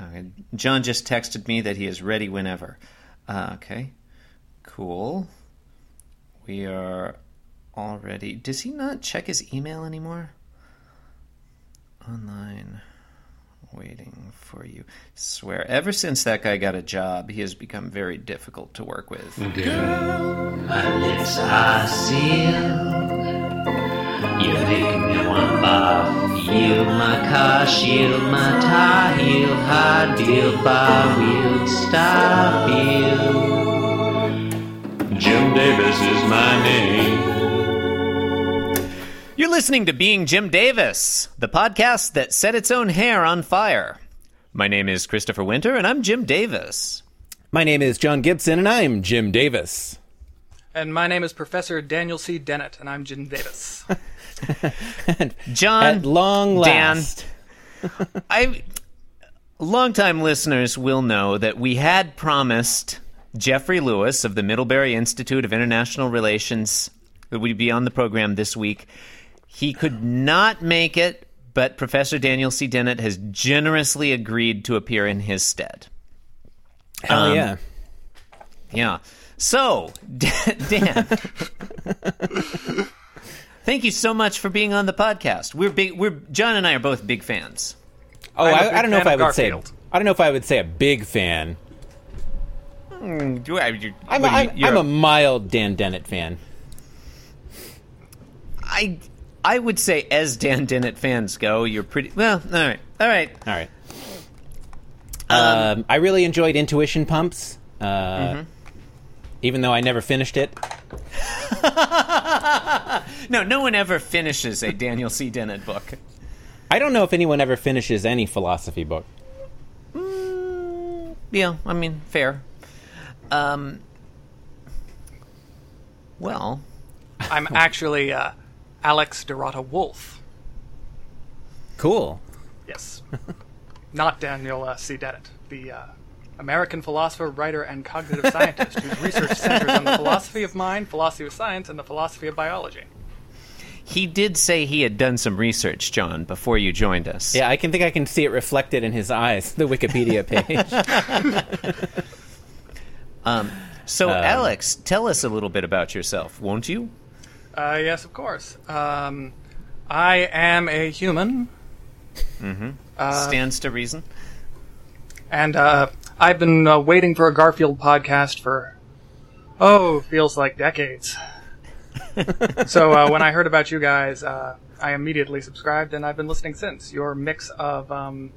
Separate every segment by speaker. Speaker 1: Okay. John just texted me that he is ready whenever. Uh, okay. Cool. We are already. Does he not check his email anymore? Online. Waiting for you. Swear. Ever since that guy got a job, he has become very difficult to work with.
Speaker 2: Girl, my lips are sealed. You make me want barf. Yield my car, shield my tie, heel, hard deal, bar wheel, stop you. Jim Davis is my name.
Speaker 1: You're listening to Being Jim Davis, the podcast that set its own hair on fire. My name is Christopher Winter, and I'm Jim Davis.
Speaker 3: My name is John Gibson, and I'm Jim Davis.
Speaker 4: And my name is Professor Daniel C. Dennett, and I'm Jim Davis.
Speaker 1: John,
Speaker 3: At long
Speaker 1: Dan.
Speaker 3: last,
Speaker 1: I longtime listeners will know that we had promised Jeffrey Lewis of the Middlebury Institute of International Relations that would be on the program this week. He could not make it, but Professor Daniel C. Dennett has generously agreed to appear in his stead. Um,
Speaker 3: hell yeah,
Speaker 1: Yeah. So, D- Dan, thank you so much for being on the podcast. We're big. We're John and I are both big fans.
Speaker 3: Oh,
Speaker 4: I'm a
Speaker 3: I,
Speaker 4: big
Speaker 3: I don't know if
Speaker 4: fan
Speaker 3: I would
Speaker 4: of
Speaker 3: say.
Speaker 4: Garfield.
Speaker 3: I don't know if I would say a big fan.
Speaker 1: Do I- you-
Speaker 3: I'm,
Speaker 1: what do you-
Speaker 3: I'm,
Speaker 1: you're
Speaker 3: I'm
Speaker 1: a-
Speaker 3: a mild Dan Dennett fan.
Speaker 1: I I would say as Dan Dennett fans go, you're pretty well. All right, all right.
Speaker 3: All right. Um, I really enjoyed Intuition Pumps, uh, even though I never finished it.
Speaker 1: No, no one ever finishes a Daniel C. Dennett book.
Speaker 3: I don't know if anyone ever finishes any philosophy book.
Speaker 1: Yeah, I mean, fair. Um. Well,
Speaker 4: I'm actually uh, Alex Dorota Wolf.
Speaker 3: Cool.
Speaker 4: Yes. Not Daniel uh, C. Dennett, the uh, American philosopher, writer, and cognitive scientist whose research centers on the philosophy of mind, philosophy of science, and the philosophy of biology.
Speaker 1: he did say he had done some research, John, before you joined us.
Speaker 3: Yeah, I can think I can see it reflected in his eyes. The Wikipedia page.
Speaker 1: So, Alex, tell us a little bit about yourself, won't you?
Speaker 4: Uh, yes, of course. Um, I am a human,
Speaker 1: Stands to reason.
Speaker 4: and uh, I've been uh, waiting for a Garfield podcast for oh, feels like decades. so uh, when I heard about you guys, uh, I immediately subscribed, and I've been listening since. Your mix of um,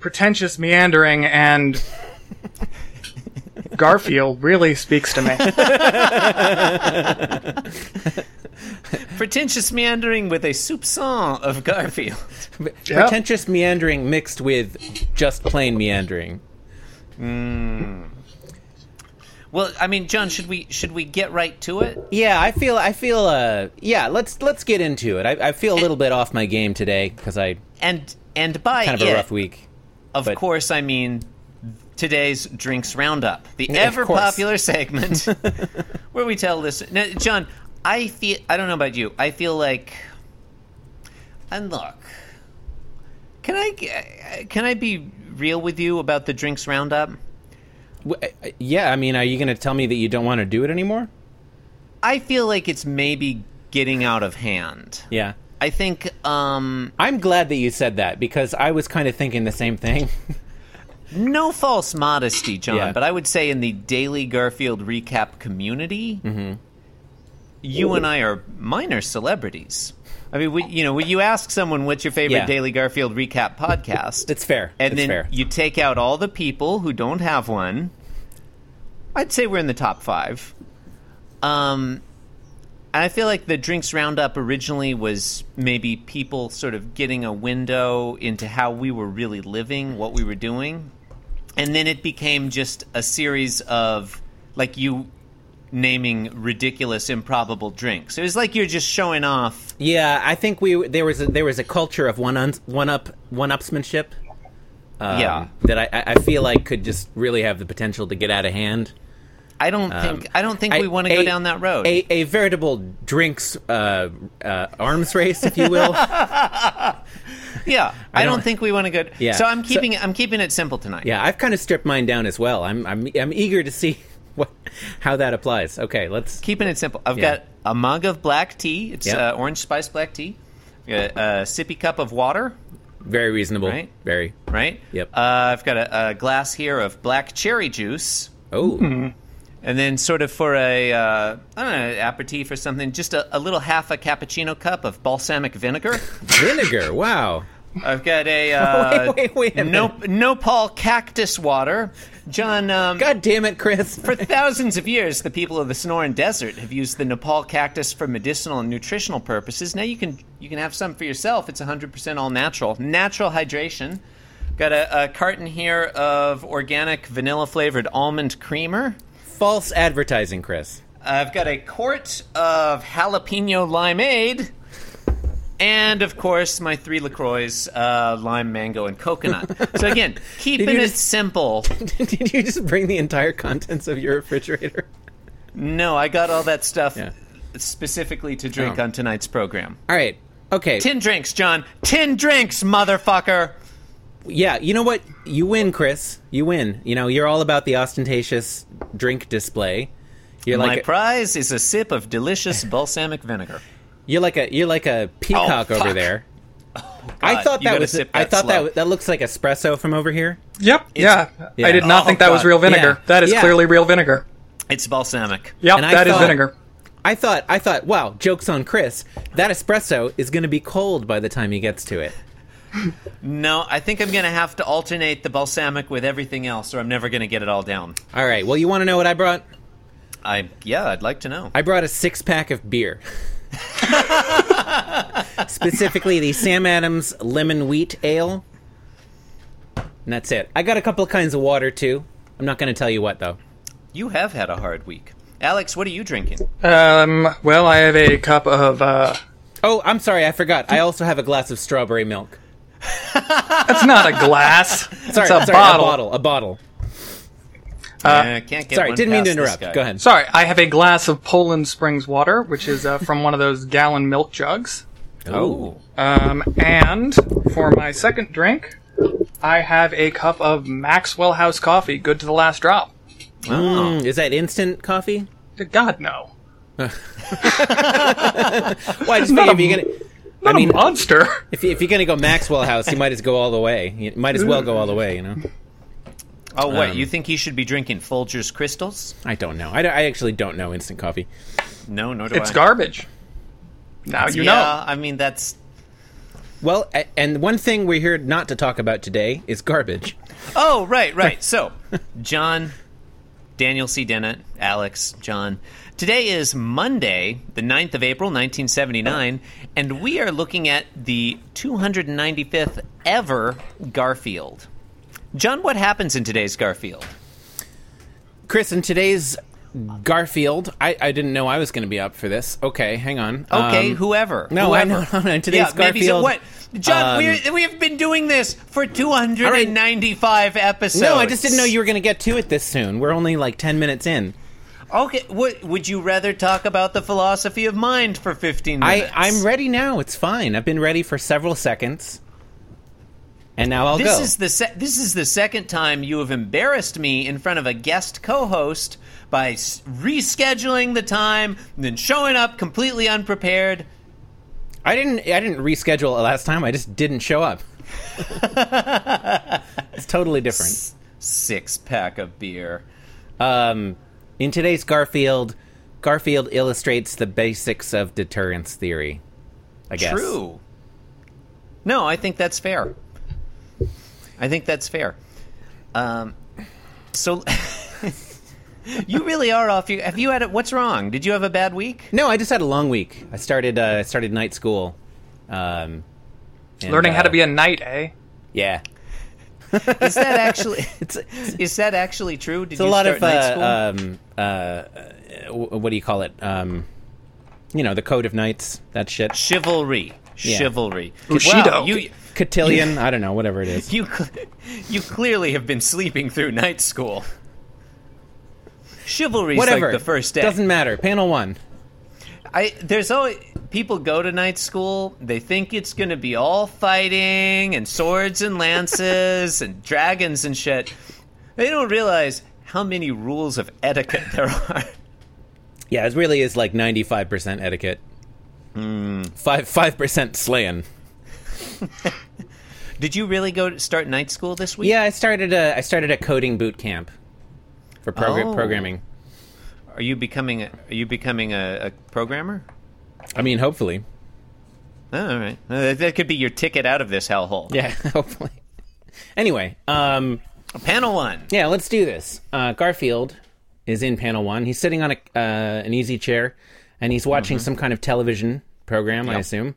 Speaker 4: pretentious meandering and Garfield really speaks to me.
Speaker 1: Pretentious meandering with a soupçon of Garfield.
Speaker 4: Yep.
Speaker 3: Pretentious meandering mixed with just plain meandering.
Speaker 1: Well, I mean, John, should we should we get right to it?
Speaker 3: Yeah, I feel. I feel. Uh, yeah, let's let's get into it. I, I feel a little bit off my game today because I
Speaker 1: And and by
Speaker 3: kind of
Speaker 1: it,
Speaker 3: a rough week.
Speaker 1: of
Speaker 3: but-
Speaker 1: course, I mean today's drinks roundup, the
Speaker 3: Yeah, of
Speaker 1: ever
Speaker 3: course.
Speaker 1: popular segment where we tell this. Now, John, I feel I don't know about you. I feel like, and look, can I g- can I be real with you about the drinks roundup?
Speaker 3: W- uh, Yeah, I mean, are you going to tell me that you don't want to do it anymore?
Speaker 1: I feel like it's maybe getting out of hand.
Speaker 3: Yeah,
Speaker 1: I think um,
Speaker 3: I'm glad that you said that because I was kind of thinking the same thing.
Speaker 1: no false modesty, John,
Speaker 3: Yeah.
Speaker 1: but I would say in the Daily Garfield recap community,
Speaker 3: Mm-hmm.
Speaker 1: you and I are minor celebrities. I mean, would, you know, when you ask someone what's your favorite
Speaker 3: Yeah.
Speaker 1: Daily Garfield recap podcast,
Speaker 3: It's fair.
Speaker 1: and
Speaker 3: it's
Speaker 1: then
Speaker 3: fair.
Speaker 1: you take out all the people who don't have one, I'd say we're in the top five. Um, and I feel like the drinks roundup originally was maybe people sort of getting a window into how we were really living, what we were doing, and then it became just a series of like you naming ridiculous, improbable drinks. It was like you're just showing off.
Speaker 3: yeah, I think we there was a, there was a culture of one un, one up one upsmanship. um,
Speaker 1: yeah,
Speaker 3: that I- I, I feel like could just really have the potential to get out of hand.
Speaker 1: I don't think I don't think
Speaker 3: um, I-
Speaker 1: we want to go
Speaker 3: a-
Speaker 1: down that road.
Speaker 3: A, a veritable drinks uh, uh, arms race, if you will.
Speaker 1: yeah, I, don't,
Speaker 3: don't-
Speaker 1: think we want to go.
Speaker 3: Yeah.
Speaker 1: So I'm
Speaker 3: So-
Speaker 1: keeping I'm keeping it simple tonight.
Speaker 3: yeah, I've kind of stripped mine down as well. I'm I'm I'm eager to see what how that applies. Okay, let's.
Speaker 1: Keeping it simple. I've
Speaker 3: Yeah.
Speaker 1: got a mug of black tea. It's
Speaker 3: Yeah.
Speaker 1: uh, orange spice black tea. I've got A, a sippy cup of water.
Speaker 3: Very reasonable.
Speaker 1: Right.
Speaker 3: Very.
Speaker 1: Right.
Speaker 3: Yep.
Speaker 1: Uh, I've got a, a glass here of black cherry juice.
Speaker 3: Oh,
Speaker 1: And then, sort of for a uh, I don't know aperitif or something, just a, a little half a cappuccino cup of balsamic vinegar.
Speaker 3: vinegar. Wow.
Speaker 1: I've got a uh,
Speaker 3: Wait, wait, wait a
Speaker 1: no nopal cactus water. John, um,
Speaker 3: God damn it, Chris.
Speaker 1: for thousands of years, the people of the Sonoran Desert have used the nopal cactus for medicinal and nutritional purposes. Now you can you can have some for yourself. It's 100% all natural, natural hydration. Got a, a carton here of organic vanilla flavored almond creamer.
Speaker 3: False advertising, Chris.
Speaker 1: I've got a quart of jalapeno limeade, and of course my three Lacroix, uh, lime, mango, and coconut. So again, keeping
Speaker 3: you
Speaker 1: it
Speaker 3: just-
Speaker 1: simple.
Speaker 3: Did you just bring the entire contents of your refrigerator?
Speaker 1: No, I got all that stuff
Speaker 3: Yeah.
Speaker 1: specifically to drink
Speaker 3: Oh.
Speaker 1: on tonight's program.
Speaker 3: All right. Okay.
Speaker 1: Ten drinks, John. Ten drinks, motherfucker.
Speaker 3: Yeah, you know what? You win, Chris. You win. You know, you're all about the ostentatious drink display. You're
Speaker 1: my
Speaker 3: like a,
Speaker 1: prize is a sip of delicious balsamic vinegar.
Speaker 3: you're like a you're like a peacock
Speaker 1: Oh,
Speaker 3: over
Speaker 1: fuck. Oh,
Speaker 3: there. I
Speaker 1: God,
Speaker 3: thought
Speaker 1: you
Speaker 3: that
Speaker 1: gotta
Speaker 3: was
Speaker 1: sip
Speaker 3: I
Speaker 1: that
Speaker 3: thought
Speaker 1: slow.
Speaker 3: that that looks like espresso from over here.
Speaker 4: Yep. Yeah.
Speaker 3: yeah.
Speaker 4: I did not
Speaker 1: Oh,
Speaker 4: think that was
Speaker 1: God.
Speaker 4: real vinegar.
Speaker 3: Yeah.
Speaker 4: That is
Speaker 3: Yeah.
Speaker 4: clearly real vinegar.
Speaker 1: It's balsamic.
Speaker 4: Yep.
Speaker 3: And I
Speaker 4: That is
Speaker 3: thought-
Speaker 4: vinegar.
Speaker 3: I thought I thought, wow, jokes on Chris. That espresso is going to be cold by the time he gets to it.
Speaker 1: No, I think I'm gonna have to alternate the balsamic with everything else, or I'm never gonna get it all down.
Speaker 3: All right. Well, you want to know what I brought?
Speaker 1: I yeah, I'd like to know.
Speaker 3: I brought a six pack of beer. Specifically, the Sam Adams Lemon Wheat Ale. And that's it. I got a couple of kinds of water, too. I'm not going to tell you what, though.
Speaker 1: You have had a hard week. Alex, what are you drinking?
Speaker 4: Um. Well, I have a cup of. Uh,
Speaker 3: Oh, I'm sorry, I forgot. I also have a glass of strawberry milk.
Speaker 4: that's not a glass.
Speaker 3: Sorry,
Speaker 4: it's a
Speaker 3: sorry, a bottle.
Speaker 4: bottle.
Speaker 3: A bottle.
Speaker 1: Uh, can't get
Speaker 3: Sorry,
Speaker 1: one
Speaker 3: didn't mean to
Speaker 1: past this
Speaker 3: interrupt.
Speaker 1: guy.
Speaker 3: Go ahead.
Speaker 4: Sorry, I have a glass of Poland Springs water, which is uh, from one of those gallon milk jugs.
Speaker 1: Oh,
Speaker 4: Um, and for my second drink, I have a cup of Maxwell House coffee, good to the last drop.
Speaker 1: Oh.
Speaker 3: Mm, is that instant coffee?
Speaker 4: God no,
Speaker 3: Why, just figure
Speaker 4: a
Speaker 3: if you're gonna
Speaker 4: not
Speaker 3: mean-
Speaker 4: a monster.
Speaker 3: if, you- if you're gonna go Maxwell House, you might as go all the way. You might as well go all the way. You know.
Speaker 1: oh, what?
Speaker 3: Um,
Speaker 1: you think he should be drinking Folgers crystals?
Speaker 3: I don't know. I, don't- I actually don't know instant coffee.
Speaker 1: No, nor do
Speaker 4: It's
Speaker 1: I.
Speaker 4: garbage. Now you
Speaker 1: yeah,
Speaker 4: know.
Speaker 1: I mean that's.
Speaker 3: Well, a- and one thing we're here not to talk about today is garbage.
Speaker 1: Oh, right, right. So, John, Daniel C. Dennett, Alex, John. Today is Monday, the 9th of April, 1979, and we are looking at the 295th ever Garfield. John, what happens in today's Garfield?
Speaker 3: Chris, in today's Garfield, I, I didn't know I was going to be up for this. Okay, hang on.
Speaker 1: Okay,
Speaker 3: Um,
Speaker 1: whoever.
Speaker 3: No, I
Speaker 1: whoever.
Speaker 3: know. no, no, today's
Speaker 1: yeah,
Speaker 3: Garfield.
Speaker 1: maybe so. What? John,
Speaker 3: um,
Speaker 1: we're, we have been doing this for 295 episodes.
Speaker 3: No, I just didn't know you were going to get to it this soon. We're only like ten minutes in.
Speaker 1: Okay, what, would you rather talk about the philosophy of mind for 15
Speaker 3: I
Speaker 1: minutes?
Speaker 3: I'm ready now. It's fine. I've been ready for several seconds, and now I'll
Speaker 1: This
Speaker 3: go.
Speaker 1: is the se- this is the second time you have embarrassed me in front of a guest co-host by s- rescheduling the time, and then showing up completely unprepared.
Speaker 3: I didn't I didn't reschedule it last time. I just didn't show up. it's totally different.
Speaker 1: Six pack of beer.
Speaker 3: Um, in today's Garfield, Garfield illustrates the basics of deterrence theory. I guess.
Speaker 1: True. No, I think that's fair. I think that's fair. Um, so you really are off. You have you had it? What's wrong? Did you have a bad week?
Speaker 3: No, I just had a long week. I started. Uh, I started night school. Um, and,
Speaker 4: Learning how
Speaker 3: uh,
Speaker 4: to be a knight, eh?
Speaker 3: yeah.
Speaker 1: Is that actually
Speaker 3: It's, it's
Speaker 1: is that actually true? Did
Speaker 3: a
Speaker 1: you
Speaker 3: lot
Speaker 1: start
Speaker 3: of
Speaker 1: night school?
Speaker 3: uh, um, uh, uh, w- what do you call it? Um, you know, the code of knights. That shit.
Speaker 1: chivalry.
Speaker 3: Yeah.
Speaker 1: Chivalry.
Speaker 4: Bushido.
Speaker 1: Wow, you
Speaker 3: Cotillion. I don't know. Whatever it is.
Speaker 1: you cl- you clearly have been sleeping through night school. Chivalry's
Speaker 3: Whatever.
Speaker 1: like the first day.
Speaker 3: Doesn't matter. Panel one.
Speaker 1: I there's always people go to night school. They think it's going to be all fighting and swords and lances and dragons and shit. They don't realize how many rules of etiquette there are.
Speaker 3: Yeah, it really is like ninety five percent etiquette.
Speaker 1: Hmm.
Speaker 3: Five five percent slaying.
Speaker 1: Did you really go to start night school this week?
Speaker 3: Yeah, I started a I started a coding boot camp for progra-
Speaker 1: Oh.
Speaker 3: programming.
Speaker 1: Are you becoming a, are you becoming a, a programmer?
Speaker 3: I mean, hopefully.
Speaker 1: Oh, all right, Uh, that- that could be your ticket out of this hellhole.
Speaker 3: Yeah, hopefully. Anyway, um,
Speaker 1: Panel one.
Speaker 3: yeah, let's do this. Uh, Garfield is in panel one. He's sitting on a, uh, an easy chair, and he's watching some kind of television program, I assume.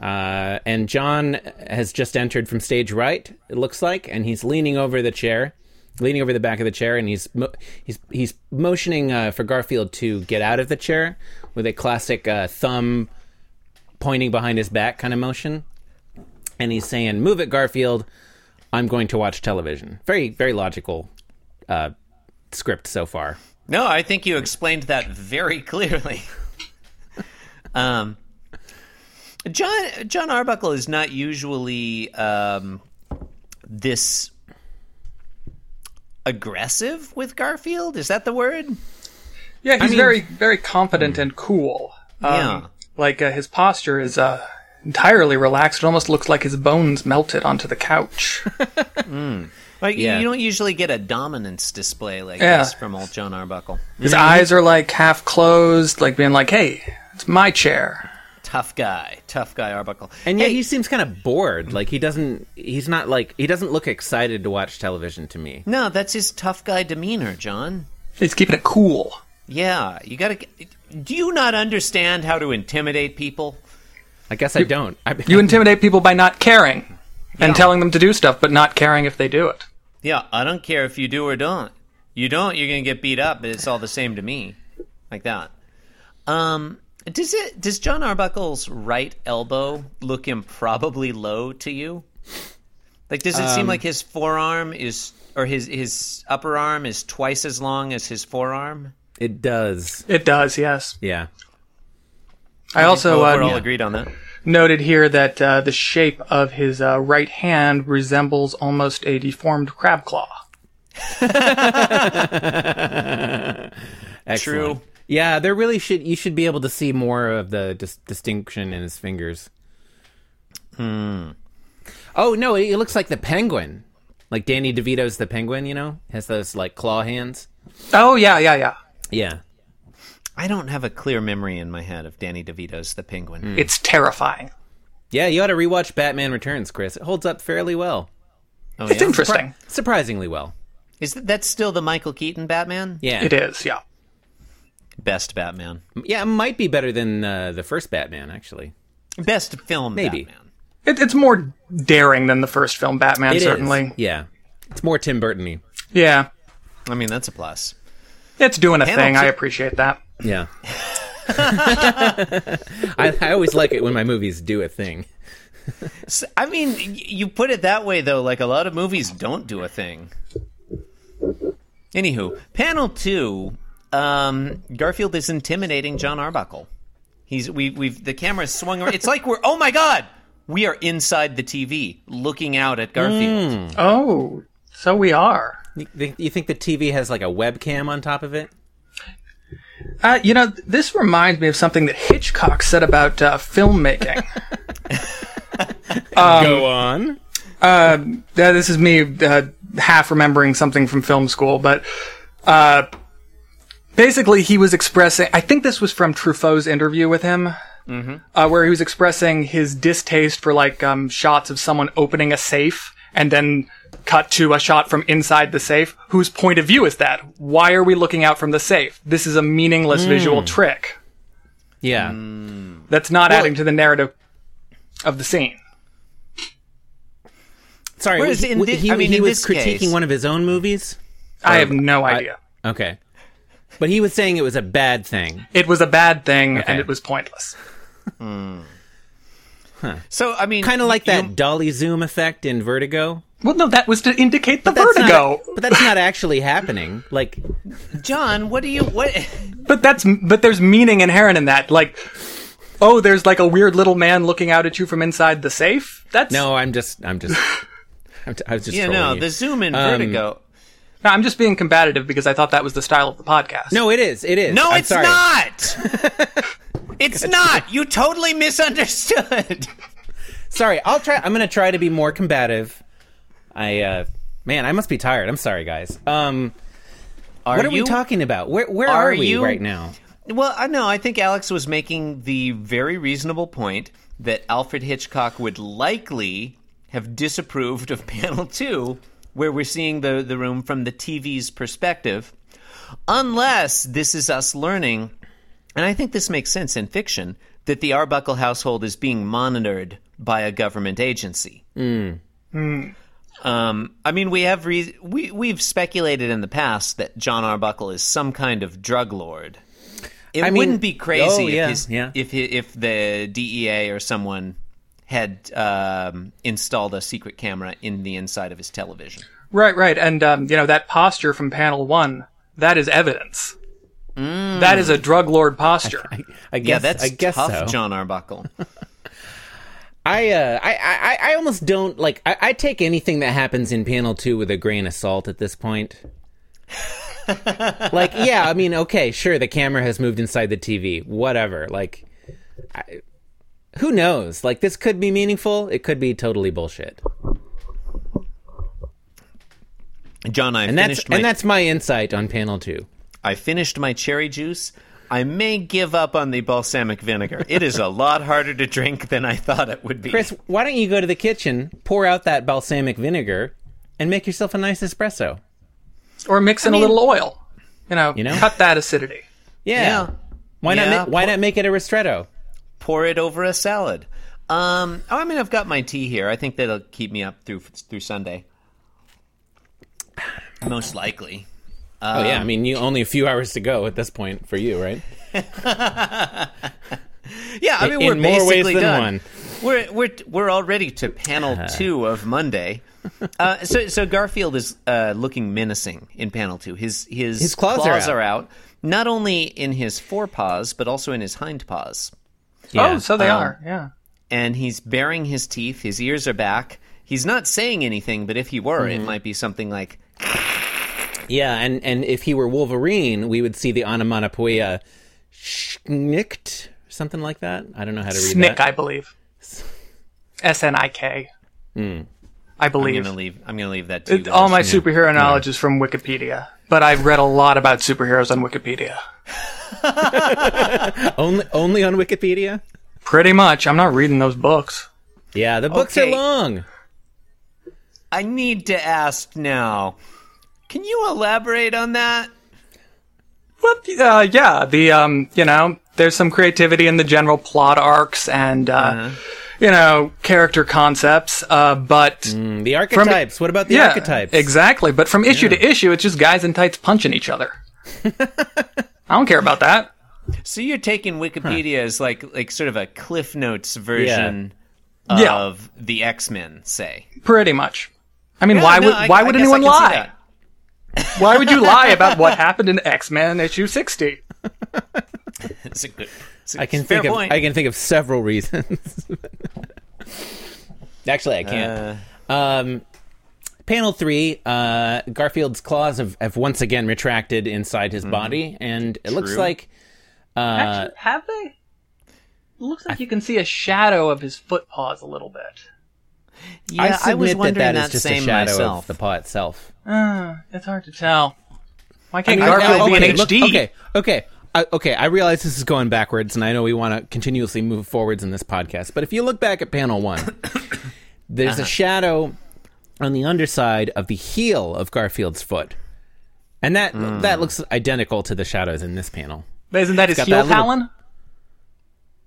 Speaker 3: Uh, and John has just entered from stage right, it looks like, and he's leaning over the chair, leaning over the back of the chair, and he's mo- he's he's motioning uh, for Garfield to get out of the chair with a classic uh, thumb pointing behind his back kind of motion, and he's saying, "Move it, Garfield." I'm going to watch television. Very, very logical uh, script so far.
Speaker 1: No, I think you explained that very clearly. um, John John Arbuckle is not usually um, this aggressive with Garfield. Is that the word?
Speaker 4: Yeah, he's very, very confident and cool. Um,
Speaker 1: Yeah.
Speaker 4: Like uh, his posture is uh, entirely relaxed. It almost looks like his bones melted onto the couch.
Speaker 1: Like
Speaker 3: Yeah.
Speaker 1: you don't usually get a dominance display like
Speaker 4: Yeah.
Speaker 1: this from old John Arbuckle.
Speaker 4: His eyes are like half closed, like being like, "Hey, it's my chair."
Speaker 1: Tough guy, tough guy Arbuckle.
Speaker 3: And yet he seems kind of bored. Like he doesn't. He's not like he doesn't look excited to watch television to me.
Speaker 1: No, that's his tough guy demeanor, John.
Speaker 4: He's keeping it cool.
Speaker 1: Yeah, you gotta. Do you not understand how to intimidate people?
Speaker 3: I guess I don't. I,
Speaker 4: You intimidate people by not caring and telling them to do stuff, but not caring if they do it.
Speaker 1: Yeah, I don't care if you do or don't. You don't, you're gonna get beat up, but it's all the same to me, like that. Um, does it? Does John Arbuckle's right elbow look improbably low to you? Like, does it seem like his forearm is, or his his upper arm is twice as long as his forearm?
Speaker 3: it does.
Speaker 4: It does, yes.
Speaker 3: Yeah.
Speaker 4: I also
Speaker 1: Well,
Speaker 4: uh,
Speaker 1: we're all
Speaker 4: n-
Speaker 1: agreed on that.
Speaker 4: noted here that uh, the shape of his uh, right hand resembles almost a deformed crab claw.
Speaker 3: Excellent.
Speaker 1: True.
Speaker 3: Yeah, there really should. You should be able to see more of the dis- distinction in his fingers. Hmm. Oh no! It, it looks like the penguin, like Danny DeVito's the penguin. You know, has those like claw hands.
Speaker 4: Oh yeah, yeah, yeah.
Speaker 3: Yeah.
Speaker 1: I don't have a clear memory in my head of Danny DeVito's The Penguin.
Speaker 4: It's terrifying.
Speaker 3: Yeah, you ought to rewatch Batman Returns, Chris. It holds up fairly well.
Speaker 1: Oh,
Speaker 4: It's
Speaker 1: yeah?
Speaker 4: interesting.
Speaker 3: Surprisingly well.
Speaker 1: Is that, that's still the Michael Keaton Batman?
Speaker 3: Yeah.
Speaker 4: It is, yeah.
Speaker 1: Best Batman.
Speaker 3: Yeah, it might be better than uh, the first Batman, actually.
Speaker 1: Best film
Speaker 3: Maybe.
Speaker 1: Batman.
Speaker 4: It, it's more daring than the first film, Batman,
Speaker 3: It is.
Speaker 4: certainly.
Speaker 3: Yeah. It's more Tim Burton
Speaker 4: Yeah.
Speaker 1: I mean, that's a plus.
Speaker 4: It's doing a
Speaker 1: Panel
Speaker 4: thing.
Speaker 1: two-
Speaker 4: I appreciate that.
Speaker 3: Yeah. I, I always like it when my movies do a thing.
Speaker 1: S- I mean, y- you put it that way, though. Like a lot of movies don't do a thing. Anywho, panel two. Um, Garfield is intimidating John Arbuckle. He's we we've the camera swung. around. It's like we're oh my god, we are inside the TV looking out at Garfield.
Speaker 4: Oh, so we are.
Speaker 3: You think, you think the TV has like a webcam on top of it?
Speaker 4: Uh, you know, this reminds me of something that Hitchcock said about uh, filmmaking.
Speaker 1: Um,
Speaker 3: Go on.
Speaker 4: Uh, this is me uh, half remembering something from film school, but uh, basically he was expressing. I think this was from Truffaut's interview with him, uh, where he was expressing his distaste for like um, shots of someone opening a safe and then cut to a shot from inside the safe. Whose point of view is that? Why are we looking out from the safe? This is a meaningless visual trick
Speaker 3: Yeah.
Speaker 1: Mm.
Speaker 4: that's not adding to the narrative of the scene.
Speaker 3: Sorry.
Speaker 1: Whereas
Speaker 3: he,
Speaker 1: in thi-
Speaker 3: he-
Speaker 1: I mean,
Speaker 3: he
Speaker 1: in
Speaker 3: was
Speaker 1: this
Speaker 3: critiquing
Speaker 1: case-
Speaker 3: one of his own movies.
Speaker 4: I have no idea.
Speaker 3: Okay. But he was saying it was a bad thing.
Speaker 4: it was a bad thing
Speaker 3: Okay.
Speaker 4: and it was pointless.
Speaker 1: So I mean,
Speaker 3: Kind of like
Speaker 1: you-
Speaker 3: that dolly zoom effect in Vertigo.
Speaker 4: Well, no, that was to indicate the
Speaker 3: That's not-
Speaker 4: vertigo.
Speaker 3: but that's not actually happening. Like,
Speaker 1: John, what do you what?
Speaker 4: But that's but there's meaning inherent in that. Like, oh, there's like a weird little man looking out at you from inside the safe. That's
Speaker 3: no, I'm just, I'm just, I'm t- I was just.
Speaker 1: You
Speaker 3: trolling
Speaker 1: know,
Speaker 3: you.
Speaker 1: the zoom in
Speaker 3: Um,
Speaker 1: vertigo.
Speaker 4: No, I'm just being combative because I thought that was the style of the podcast.
Speaker 3: No, it is. It is.
Speaker 1: No,
Speaker 3: I'm
Speaker 1: it's
Speaker 3: sorry.
Speaker 1: not. it's not. You totally misunderstood.
Speaker 3: Sorry, I'll try. I'm gonna try to be more combative. I, uh, man, I must be tired. I'm sorry, guys. Um,
Speaker 1: Are
Speaker 3: what are
Speaker 1: you
Speaker 3: we talking about? Where, where
Speaker 1: Are
Speaker 3: are, we
Speaker 1: you-
Speaker 3: right now?
Speaker 1: Well, I know. I think Alex was making the very reasonable point that Alfred Hitchcock would likely have disapproved of panel two, where we're seeing the, the room from the TV's perspective, unless this is us learning, and I think this makes sense in fiction, that the Arbuckle household is being monitored by a government agency.
Speaker 3: Hmm.
Speaker 1: Um, I mean, we have re- we we've speculated in the past that John Arbuckle is some kind of drug lord. It
Speaker 3: I mean-
Speaker 1: wouldn't be crazy
Speaker 3: Oh, yeah,
Speaker 1: if his,
Speaker 3: yeah.
Speaker 1: if hi- if the DEA or someone had um, installed a secret camera in the inside of his television.
Speaker 4: Right, right. And, um, you know, that posture from panel one, that is evidence. That is a drug lord posture.
Speaker 3: Mm. I guess.
Speaker 1: Yeah, that's
Speaker 3: I guess
Speaker 1: tough,
Speaker 3: so.
Speaker 1: John Arbuckle.
Speaker 3: I, uh, I, I, I- I almost don't like. I, I take anything that happens in panel two with a grain of salt at this point. like, yeah, I mean, okay, sure, the camera has moved inside the TV, whatever. Like, I, who knows? Like, this could be meaningful. It could be totally bullshit.
Speaker 1: John, I
Speaker 3: And that's
Speaker 1: finished my
Speaker 3: and that's my insight on panel two.
Speaker 1: I finished my cherry juice. I may give up on the balsamic vinegar. It is a lot harder to drink than I thought it would be.
Speaker 3: Chris, why don't you go to the kitchen, pour out that balsamic vinegar, and make yourself a nice espresso?
Speaker 4: Or mix in a little oil. You know,
Speaker 3: know?
Speaker 4: cut that acidity.
Speaker 3: Yeah.
Speaker 1: yeah.
Speaker 3: Why
Speaker 1: Yeah,
Speaker 3: not? Ma- why
Speaker 1: pour-
Speaker 3: not make it a ristretto?
Speaker 1: pour it over a salad. Um, oh, I mean, I've got my tea here. I think that'll keep me up through through Sunday, most likely.
Speaker 3: Oh yeah, I
Speaker 1: Um,
Speaker 3: mean, you only a few hours to go at this point for you, right?
Speaker 1: Yeah, I mean,
Speaker 3: In
Speaker 1: we're
Speaker 3: more ways
Speaker 1: basically
Speaker 3: than
Speaker 1: done. Oh,
Speaker 3: one.
Speaker 1: We're we're we're already to
Speaker 3: Uh-huh.
Speaker 1: panel two of Monday. Uh, so so Garfield is uh, looking menacing in panel two. His his,
Speaker 3: His claws are out.
Speaker 1: are out, not only in his forepaws but also in his hind paws.
Speaker 4: Oh, so they
Speaker 1: Um,
Speaker 4: are. Yeah.
Speaker 1: and he's baring his teeth. His ears are back. He's not saying anything, but if he were, it
Speaker 3: Mm-hmm.
Speaker 1: might be something like,
Speaker 3: yeah, and and if he were Wolverine, we would see the onomatopoeia schnicked, something like that. I don't know how to read
Speaker 4: Snick,
Speaker 3: that.
Speaker 4: I believe. S N I K.
Speaker 3: Hmm.
Speaker 4: I
Speaker 1: "I'm
Speaker 4: believe.
Speaker 1: gonna leave. I'm gonna leave that to you." guys."
Speaker 4: All my superhero knowledge is from Wikipedia, but I've read a lot about superheroes on Wikipedia.
Speaker 3: Only only on Wikipedia.
Speaker 4: Pretty much. I'm not reading those books.
Speaker 3: Yeah, the books
Speaker 1: Okay.
Speaker 3: are long.
Speaker 1: I need to ask now. Can you elaborate on that?
Speaker 4: Well, uh, yeah, the um, you know, there's some creativity in the general plot arcs and uh, you know character concepts, uh, but
Speaker 3: The archetypes. what about the
Speaker 4: yeah,
Speaker 3: archetypes?
Speaker 4: exactly. But from issue to issue, it's just guys in tights punching each other. I don't care about that.
Speaker 1: So you're taking Wikipedia as like like sort of a Cliff Notes version
Speaker 4: Yeah.
Speaker 1: of the X Men, say.
Speaker 4: Pretty much. I mean, why
Speaker 1: Yeah, no,
Speaker 4: would
Speaker 1: I-
Speaker 4: why
Speaker 1: I
Speaker 4: would
Speaker 1: guess I
Speaker 4: anyone
Speaker 1: can see
Speaker 4: lie?
Speaker 1: that.
Speaker 4: Why would you lie about what happened in X Men issue sixty?
Speaker 1: It's a good. it's a
Speaker 3: I can
Speaker 1: fair
Speaker 3: think of
Speaker 1: point.
Speaker 3: I can think of several reasons. Actually, I can't. Um, panel three, uh, Garfield's claws have, have once again retracted inside
Speaker 4: Mm-hmm.
Speaker 3: his body, and it looks
Speaker 1: True.
Speaker 3: like uh,
Speaker 4: Actually, have they? It looks like you can see a shadow of his foot paws a little bit.
Speaker 1: yeah,
Speaker 3: I
Speaker 1: I,
Speaker 3: submit
Speaker 1: was wondering that,
Speaker 3: that that is just a
Speaker 1: same
Speaker 3: shadow
Speaker 1: myself.
Speaker 3: of the paw itself.
Speaker 4: Uh, it's hard to tell. Why can't
Speaker 3: I-
Speaker 4: Garfield
Speaker 3: I-
Speaker 4: be
Speaker 3: okay,
Speaker 4: in
Speaker 3: look-
Speaker 4: HD?
Speaker 3: okay, okay. I, okay, I realize this is going backwards, and I know we want to continuously move forwards in this podcast. But if you look back at panel one, there's
Speaker 4: Uh-huh.
Speaker 3: a shadow on the underside of the heel of Garfield's foot, and that
Speaker 4: Hmm.
Speaker 3: that looks identical to the shadows in this panel.
Speaker 4: But Isn't that his
Speaker 3: got
Speaker 4: heel
Speaker 3: that little-
Speaker 4: talon?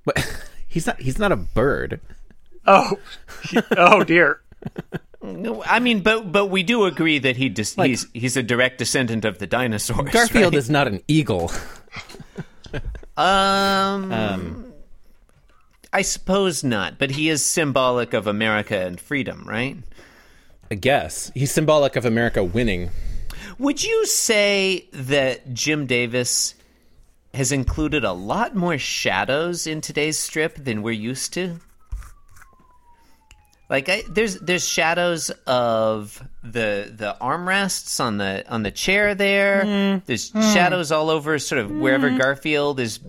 Speaker 3: But he's not he's not a bird.
Speaker 4: Oh, oh dear.
Speaker 1: No, I mean, but but we do agree that he dis-
Speaker 3: Like-
Speaker 1: he's he's a direct descendant of the dinosaurs.
Speaker 3: Garfield
Speaker 1: right?
Speaker 3: is not an eagle.
Speaker 1: Um, I suppose not, but he is symbolic of America and freedom, right?
Speaker 3: I guess he's symbolic of America winning.
Speaker 1: Would you say that Jim Davis has included a lot more shadows in today's strip than we're used to? Like I, there's there's shadows of the the armrests on the on the chair there. There's shadows all over sort of wherever Garfield is.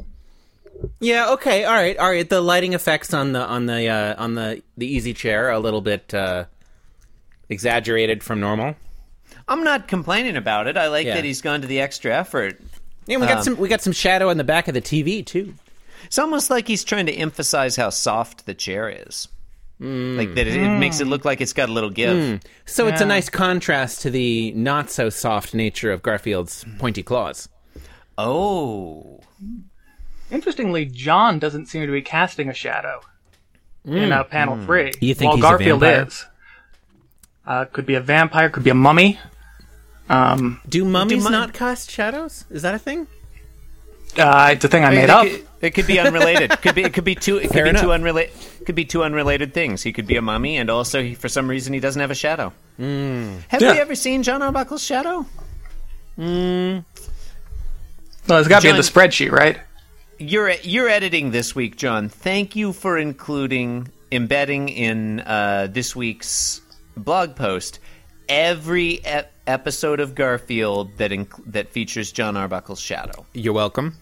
Speaker 3: Yeah. Okay. All right. All right. The lighting effects on the on the uh, on the the easy chair are a little bit uh, exaggerated from normal.
Speaker 1: I'm not complaining about it. I like
Speaker 3: Yeah.
Speaker 1: that he's gone to the extra effort.
Speaker 3: Yeah, we got some we got some shadow on the back of the TV too.
Speaker 1: It's almost like he's trying to emphasize how soft the chair is. Like that it, it makes it look like it's got a little give.
Speaker 3: So it's a nice contrast to the not so soft nature of Garfield's pointy claws.
Speaker 1: Oh.
Speaker 4: Interestingly, John doesn't seem to be casting a shadow in uh, panel three.
Speaker 3: Hmm. You think
Speaker 4: while
Speaker 3: he's a
Speaker 4: Garfield
Speaker 3: vampire?
Speaker 4: is. Uh, could be a vampire, could be a mummy. Um,
Speaker 3: Do mummies
Speaker 1: mum-
Speaker 3: not cast shadows? Is that a thing?
Speaker 4: uh, it's a thing I made
Speaker 1: It
Speaker 4: up.
Speaker 1: could, it could be unrelated. could be it could be two it
Speaker 3: Fair
Speaker 1: could be two
Speaker 3: enough.
Speaker 1: unrelated could be two unrelated things. He could be a mummy and also he, for some reason he doesn't have a shadow. Have
Speaker 4: Yeah.
Speaker 1: we ever seen John Arbuckle's shadow?
Speaker 4: Well, it's got to be in the
Speaker 1: John-
Speaker 4: spreadsheet, right?
Speaker 1: You're you're editing this week, John. Thank you for including embedding in uh, this week's blog post every ep- episode of Garfield that inc- that features John Arbuckle's shadow.
Speaker 3: You're welcome.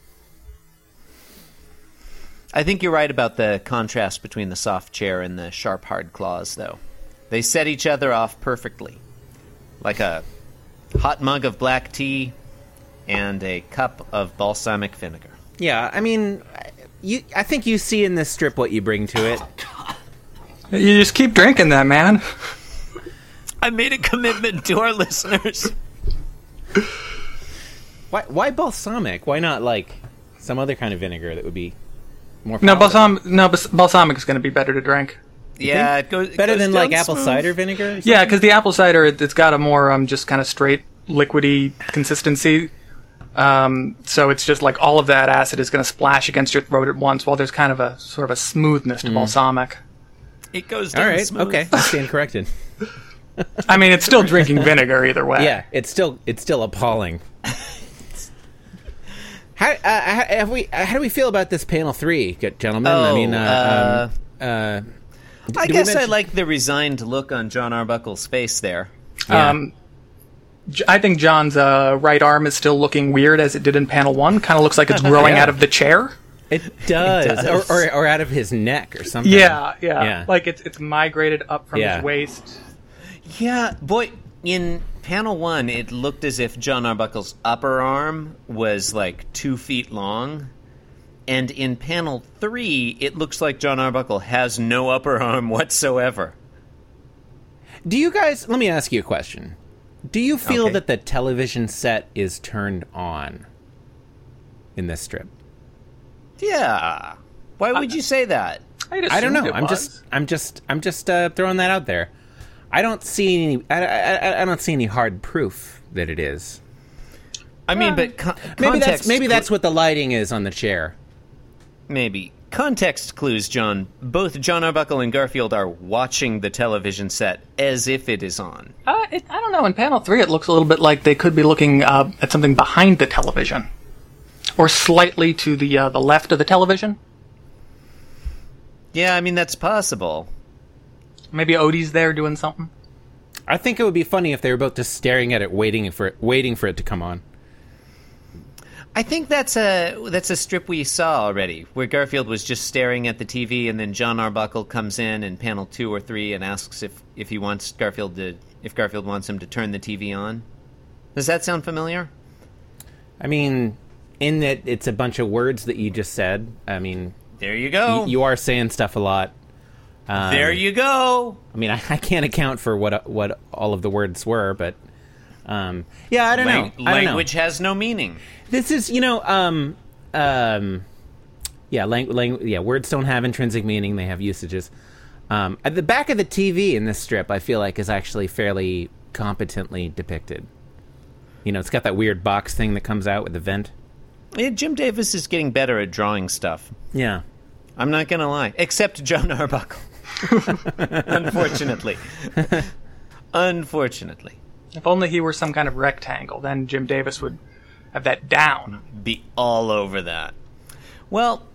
Speaker 1: I think you're right about the contrast between the soft chair and the sharp hard claws, though. They set each other off perfectly, like a hot mug of black tea and a cup of balsamic vinegar.
Speaker 3: Yeah, I mean, I- you. I think you see in this strip what you bring to it.
Speaker 4: You just keep drinking that, man.
Speaker 1: I made a commitment to our listeners.
Speaker 3: Why? Why balsamic? Why not like some other kind of vinegar that would be more?
Speaker 4: No,
Speaker 3: palatable?
Speaker 4: balsam. No, bas- balsamic is going to be better to drink.
Speaker 1: Yeah, it goes it
Speaker 3: Better
Speaker 1: goes
Speaker 3: than like
Speaker 1: down
Speaker 3: apple
Speaker 1: smooth.
Speaker 3: cider vinegar. or
Speaker 4: Yeah, because the apple cider, it, it's got a more um, just kind of straight liquidy consistency. Um, so it's just like all of that acid is going to splash against your throat at once, while there's kind of a sort of a smoothness
Speaker 3: Mm.
Speaker 4: to balsamic.
Speaker 1: It goes
Speaker 3: All
Speaker 1: down
Speaker 3: right.
Speaker 1: smooth.
Speaker 3: Okay. I stand corrected.
Speaker 4: I mean, it's still drinking vinegar either way.
Speaker 3: Yeah, it's still it's still appalling. how, uh, how have we? uh, How do we feel about this panel three, g- gentlemen? I
Speaker 1: Oh,
Speaker 3: mean, uh, um, uh,
Speaker 1: I
Speaker 3: do we
Speaker 1: guess I
Speaker 3: mention-
Speaker 1: like the resigned look on John Arbuckle's face there.
Speaker 3: yeah.
Speaker 4: Um, J- I think John's uh, right arm is still looking weird as it did in panel one. Kind of looks like it's growing
Speaker 3: Yeah.
Speaker 4: out of the chair.
Speaker 3: it does,
Speaker 1: does.
Speaker 3: Or, or or out of his neck or something.
Speaker 4: Yeah, yeah.
Speaker 3: Yeah.
Speaker 4: Like it's it's migrated up from
Speaker 3: Yeah.
Speaker 4: his waist.
Speaker 1: Yeah, boy, in panel one, it looked as if John Arbuckle's upper arm was like two feet long. And in panel three, it looks like John Arbuckle has no upper arm whatsoever.
Speaker 3: Do you guys? Let me ask you a question. Do you feel
Speaker 1: Okay.
Speaker 3: that the television set is turned on in this strip?
Speaker 1: Yeah. Why would you say that?
Speaker 3: I don't know. I'm just, I'm just, I'm just uh, throwing that out there. I don't see any, I, I, I- I don't see any hard proof that it is.
Speaker 1: I mean, but con-
Speaker 3: Uh, Maybe that's,
Speaker 1: context
Speaker 3: maybe
Speaker 1: cl-
Speaker 3: that's what the lighting is on the chair.
Speaker 1: maybe context clues, John. Both John Arbuckle and Garfield are watching the television set as if it is on.
Speaker 4: Uh, it, I don't know. In panel three, it looks a little bit like they could be looking uh, at something behind the television, or slightly to the uh, the left of the television.
Speaker 1: Yeah, I mean that's possible.
Speaker 4: Maybe Odie's there doing something.
Speaker 3: I think it would be funny if they were both just staring at it, waiting for it, waiting for it to come on.
Speaker 1: I think that's a that's a strip we saw already, where Garfield was just staring at the TV, and then John Arbuckle comes in in panel two or three and asks if if he wants Garfield to if Garfield wants him to turn the TV on. Does that sound familiar?
Speaker 3: I mean, in that it's a bunch of words that you just said. I mean,
Speaker 1: There you go.
Speaker 3: you are saying stuff a lot. Um,
Speaker 1: there you go.
Speaker 3: I mean, I, I can't account for what what all of the words were, but um, yeah, I don't
Speaker 1: Lang-
Speaker 3: know. I don't know.
Speaker 1: language has no meaning.
Speaker 3: This is, you know, um, um, yeah, lang- lang- yeah, words don't have intrinsic meaning; they have usages. Um, at the back of the TV in this strip, I feel like is actually fairly competently depicted. You know, it's got that weird box thing that comes out with the vent.
Speaker 1: Yeah, Jim Davis is getting better at drawing stuff.
Speaker 3: Yeah,
Speaker 1: I'm not gonna lie, except John Arbuckle. Unfortunately, Unfortunately,
Speaker 4: If only he were some kind of rectangle, then Jim Davis would have that down.
Speaker 1: be all over that. Well,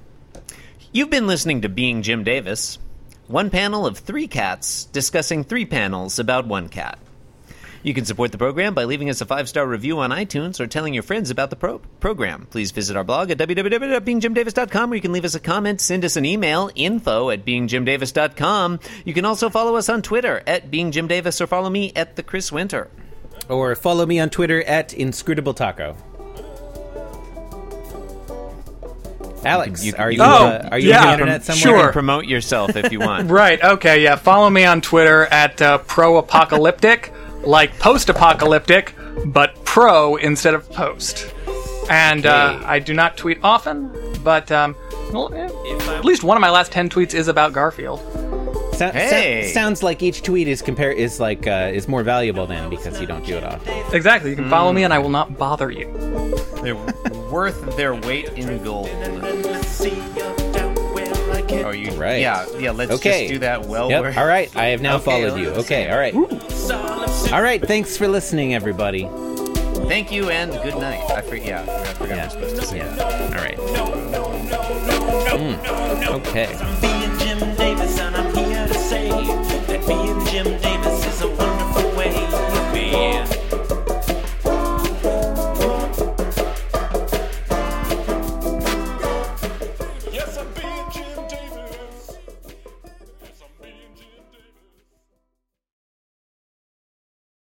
Speaker 1: you've been listening to Being Jim Davis, one panel of three cats discussing three panels about one cat. You can support the program by leaving us a five star review on iTunes or telling your friends about the pro- program. Please visit our blog at www.beingjimdavis.com where you can leave us a comment, send us an email, info at beingjimdavis.com. You can also follow us on Twitter at beingjimdavis or follow me at the Chris Winter.
Speaker 3: Or follow me on Twitter at Inscrutable Taco. Alex,
Speaker 1: you-
Speaker 3: are you
Speaker 1: you-
Speaker 3: uh, are you on
Speaker 4: yeah,
Speaker 3: the internet
Speaker 4: from-
Speaker 3: somewhere?
Speaker 4: sure.
Speaker 1: Promote yourself if you want.
Speaker 4: Right, okay, yeah. Follow me on Twitter at uh, pro apocalyptic, like post apocalyptic, but pro instead of post. And uh, I do not tweet often, but um, well, eh, at least one of my last 10 tweets is about Garfield.
Speaker 3: So- so-
Speaker 1: Hey.
Speaker 3: sounds like each tweet is compare is like uh, is more valuable then because you don't do it often.
Speaker 4: Exactly, you can follow me and I will not bother you.
Speaker 1: They're worth their weight in gold. Oh, you
Speaker 3: Right.
Speaker 1: Yeah, yeah. Let's
Speaker 3: Okay.
Speaker 1: just do that. Well,
Speaker 3: Yep.
Speaker 1: worth-
Speaker 3: All right. I have now
Speaker 1: Okay,
Speaker 3: followed you.
Speaker 1: let's-
Speaker 3: Okay. All right. All right. Thanks for listening, everybody.
Speaker 1: Thank you and good night. I forget. Yeah, I forgot. I forgot.
Speaker 3: Yeah. yeah. All right. Mm. Okay.
Speaker 5: Be